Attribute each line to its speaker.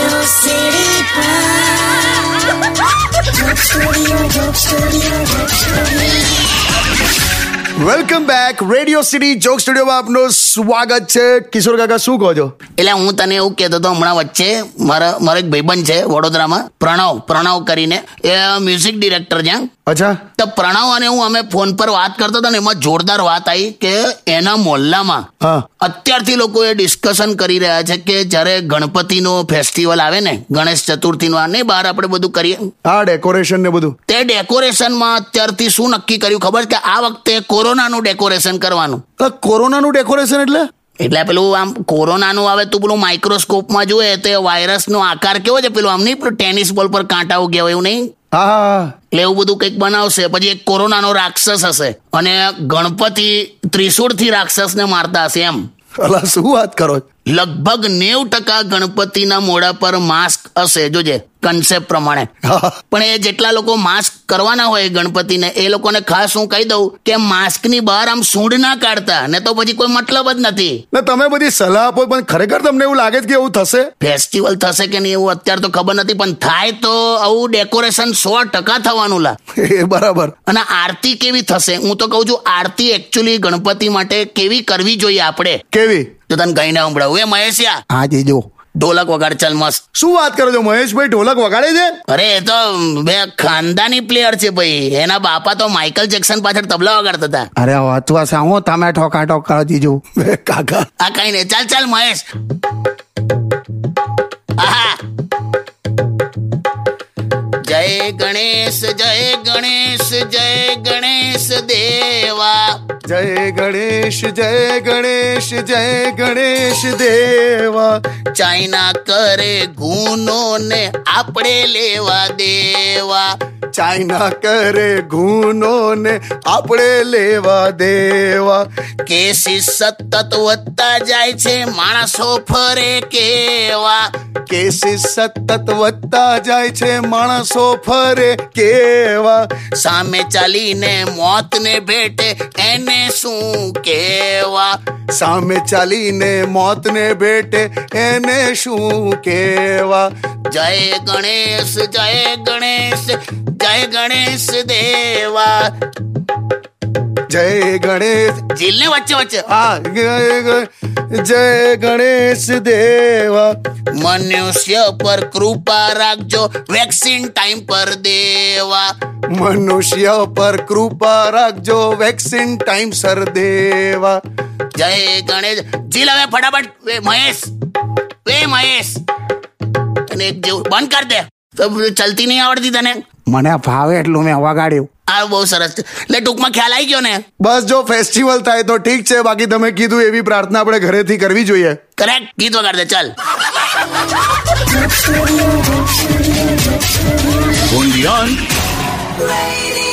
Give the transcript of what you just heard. Speaker 1: सीढ़ी पर joke studio joke studio joke studio
Speaker 2: welcome back radio city joke સ્ટુડિયોમાં આપનું સ્વાગત છે કિશોર કાકા શું કહો છો
Speaker 3: એટલે હું તને એવું કહેતો હતો હમણાં વચ્ચે મારા મારો એક ભાઈબંધ છે વડોદરામાં પ્રણવ પ્રણવ કરીને એ મ્યુઝિક ડિરેક્ટર છે
Speaker 2: અચ્છા
Speaker 3: તો પ્રણવ અને હું અમે ફોન પર વાત કરતા હતા ને એમાં જોરદાર વાત આવી કે એના મોહલ્લામાં
Speaker 2: હા.
Speaker 3: અત્યારથી લોકો એ ડિસ્કશન કરી રહ્યા છે કે જ્યારે ગણપતિનો ફેસ્ટિવલ આવે ને ગણેશ ચતુર્થીનો આ નહીં બહાર આપણે બધું કરીએ
Speaker 2: આ ડેકોરેશન ને બધું
Speaker 3: તે ડેકોરેશનમાં અત્યારથી શું નક્કી કર્યું ખબર કે આ વખતે કોરોનાનું ડેકોરેશન કરવાનું
Speaker 2: અલા, કોરોનાનું ડેકોરેશન એટલે
Speaker 3: એટલે પેલું આમ કોરોનાનું આવે તું પેલું માઇક્રોસ્કોપમાં જોયે તો એ વાયરસનો આકાર કેવો છે પેલું આમ નહીં પેલું ટેનિસ બોલ પર કાંટા ઉગ્યા હોય એવું નહીં
Speaker 2: હા હા હા
Speaker 3: એટલે એવું બધું કંઈક બનાવશે પછી એક કોરોનાનો રાક્ષસ હશે અને ગણપતિ ત્રિશુળથી રાક્ષસને મારતા હશે એમ
Speaker 2: અલા શું વાત કરો છો?
Speaker 3: લગભગ નેવ ટકા ગણપતિના મોઢા પર માસ્ક હશે જોજે કન્સેપ્ટ પ્રમાણે
Speaker 2: હા.
Speaker 3: પણ એ જેટલા લોકો માસ્ક કરવાના હોય ગણપતિને એ લોકોને ખાસ હું કહી દઉં કે માસ્કની બહાર આમ સૂંઢ ના કાઢતા ને તો પછી કોઈ મતલબ જ નથી
Speaker 2: ને તમે બધી સલાહ આપો પણ ખરેખર તમને એવું લાગે છે કે એવું થશે
Speaker 3: ફેસ્ટિવલ થશે કે નહીં એવું અત્યારે તો ખબર નથી પણ થાય તો આવું ડેકોરેશન સો ટકા થવાનું લા
Speaker 2: એ બરાબર
Speaker 3: અને આરતી કેવી થશે હું તો કહું છું આરતી એકચ્યુઅલી ગણપતિ માટે કેવી કરવી જોઈએ આપણે
Speaker 2: કેવી
Speaker 3: તો તને કહીને સંભળાવું એ મહેશિયા
Speaker 2: હા જી જો
Speaker 3: ઢોલક વગાડ ચાલ મસ્ત
Speaker 2: શું વાત કરો છો મહેશભાઈ ઢોલક વગાડે છે
Speaker 3: અરે એ તો બે ખાનદાની પ્લેયર છે ભાઈ એના બાપા તો માઇકલ જેક્સન પાછળ તબલા વગાડતા હતા
Speaker 4: અરે વાંચવા છે હું તમે ઠોકા ઠોક કરો જીજુ
Speaker 2: બે કાકા
Speaker 3: આ કઈ નહીં ચાલ ચાલ મહેશ આહા. જય ગણેશ જય ગણેશ જય ગણેશ દેવા
Speaker 2: જય ગણેશ જય ગણેશ જય ગણેશ દેવા
Speaker 3: ચાઇના કરે ગુનો ને આપણે લેવા દેવા
Speaker 2: ચાઇના કરે ગુનો ને આપણે લેવા દેવા
Speaker 3: કેસી સતત વધતા જાય છે માણસો ફરે કેવા
Speaker 2: કેસીસ સતત વધતા જાય છે માણસો ફરે કેવા
Speaker 3: સામે ચાલીને મોતને ભેટે એને શું કેવા
Speaker 2: સામે ચાલીને મોતને ભેટે એને શું કેવા
Speaker 3: જય ગણેશ જય ગણેશ જય ગણેશ દેવા
Speaker 2: જય ગણેશ
Speaker 3: જીલને વચ્ચે વચ્ચે
Speaker 2: આ જય ગણ- જય ગણેશ દેવા
Speaker 3: મનુષ્ય પર કૃપા રાખજો વેક્સિન ટાઈમ પર દેવા
Speaker 2: મનુષ્ય પર કૃપા રાખજો વેક્સિન ટાઈમ સર દેવા
Speaker 3: જય ગણેશ જીલ હવે ફટાફટ વે મહેશ વે મહેશ અને એક જેવું બંધ કર દે તો ચલતી નહીં આવડતી તને
Speaker 4: મને ભાવે એટલું મેં વગાડ્યું
Speaker 3: આ બહુ સરસ છે. એટલે ટૂંકમાં ખ્યાલ આવી ગયો ને
Speaker 2: બસ જો ફેસ્ટિવલ થાય તો ઠીક છે બાકી તમે કીધું એવી પ્રાર્થના આપણે ઘરેથી કરવી જોઈએ
Speaker 3: કરેક્ટ ગીત વગાડ દે ચાલ
Speaker 1: Radio